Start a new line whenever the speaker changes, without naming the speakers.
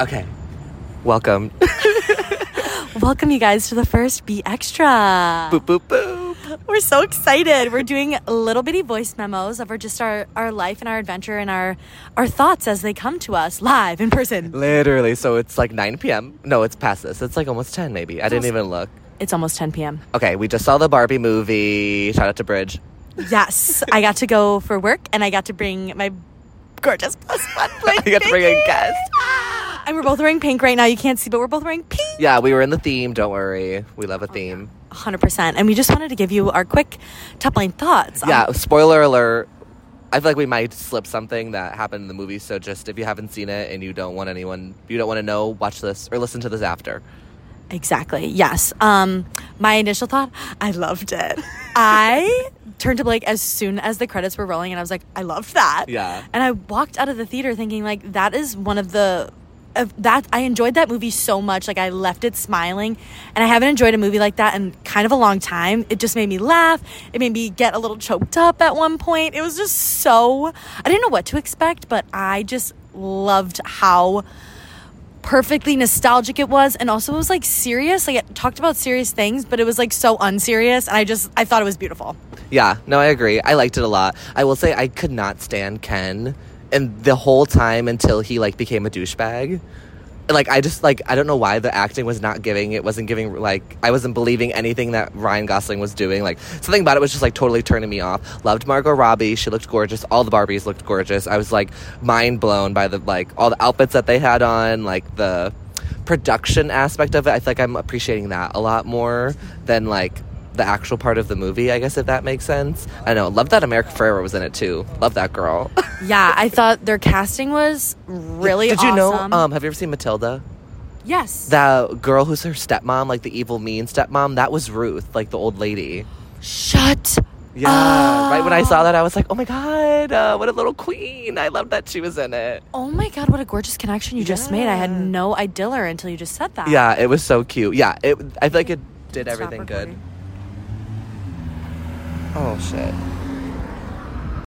Okay. Welcome.
Welcome, you guys, to the first Be Extra.
boop, boop, boop.
We're so excited. We're doing little bitty voice memos of our just our, our life and our adventure and our our thoughts as they come to us live in person.
Literally. So it's like 9 p.m. No, it's past this. It's like almost 10, maybe. I didn't
almost-
even look.
It's almost 10 p.m.
Okay, we just saw the Barbie movie. Shout out to Bridge.
Yes, I got to go for work and I got to bring my gorgeous plus one.
You got to bring a guest.
And we're both wearing pink right now. You can't see, but we're both wearing pink.
Yeah, we were in the theme. Don't worry. We love a theme.
100%. And we just wanted to give you our quick top line thoughts. on-
Yeah, spoiler alert. I feel like we might slip something that happened in the movie. So just if you haven't seen it and you don't want anyone, you don't want to know, watch this or listen to this after.
Exactly. Yes. Um, my initial thought, I loved it. I turned to Blake as soon as the credits were rolling, and I was like, I loved that.
Yeah.
And I walked out of the theater thinking, like, that is one of the of that I enjoyed that movie so much. Like, I left it smiling, and I haven't enjoyed a movie like that in kind of a long time. It just made me laugh. It made me get a little choked up at one point. It was just so I didn't know what to expect, but I just loved how perfectly nostalgic it was and also it was like serious like it talked about serious things but it was like so unserious and i just i thought it was beautiful
Yeah, no, I agree. I liked it a lot. I will say I could not stand Ken, and the whole time until he like became a douchebag. And, Like I just like I don't know why the acting was not giving. It wasn't giving like I wasn't believing anything that Ryan Gosling was doing. Like something about it was just like totally turning me off. Loved Margot Robbie. She looked gorgeous. All the Barbies looked gorgeous. I was like mind blown by the like all the outfits that they had on. Like the production aspect of it. I feel like I'm appreciating that a lot more than like the actual part of the movie, I guess, if that makes sense. I know. Love that America Ferrera was in it too. Love that girl.
yeah i thought their casting was really
Did you know?
awesome.
Um, have you ever seen Matilda?
yes
The girl who's her stepmom, like the evil, mean stepmom, that was Ruth, like the old lady.
shut
Yeah. Right when I saw that, I was like, oh my God, uh, what a little queen. I love that she was in it.
oh my god what a gorgeous connection you just made i had
Yeah.
no idilla until you just said that
Yeah, it was so cute. Yeah, it. I feel like it did
Stop
everything good.
recording.
Oh, shit.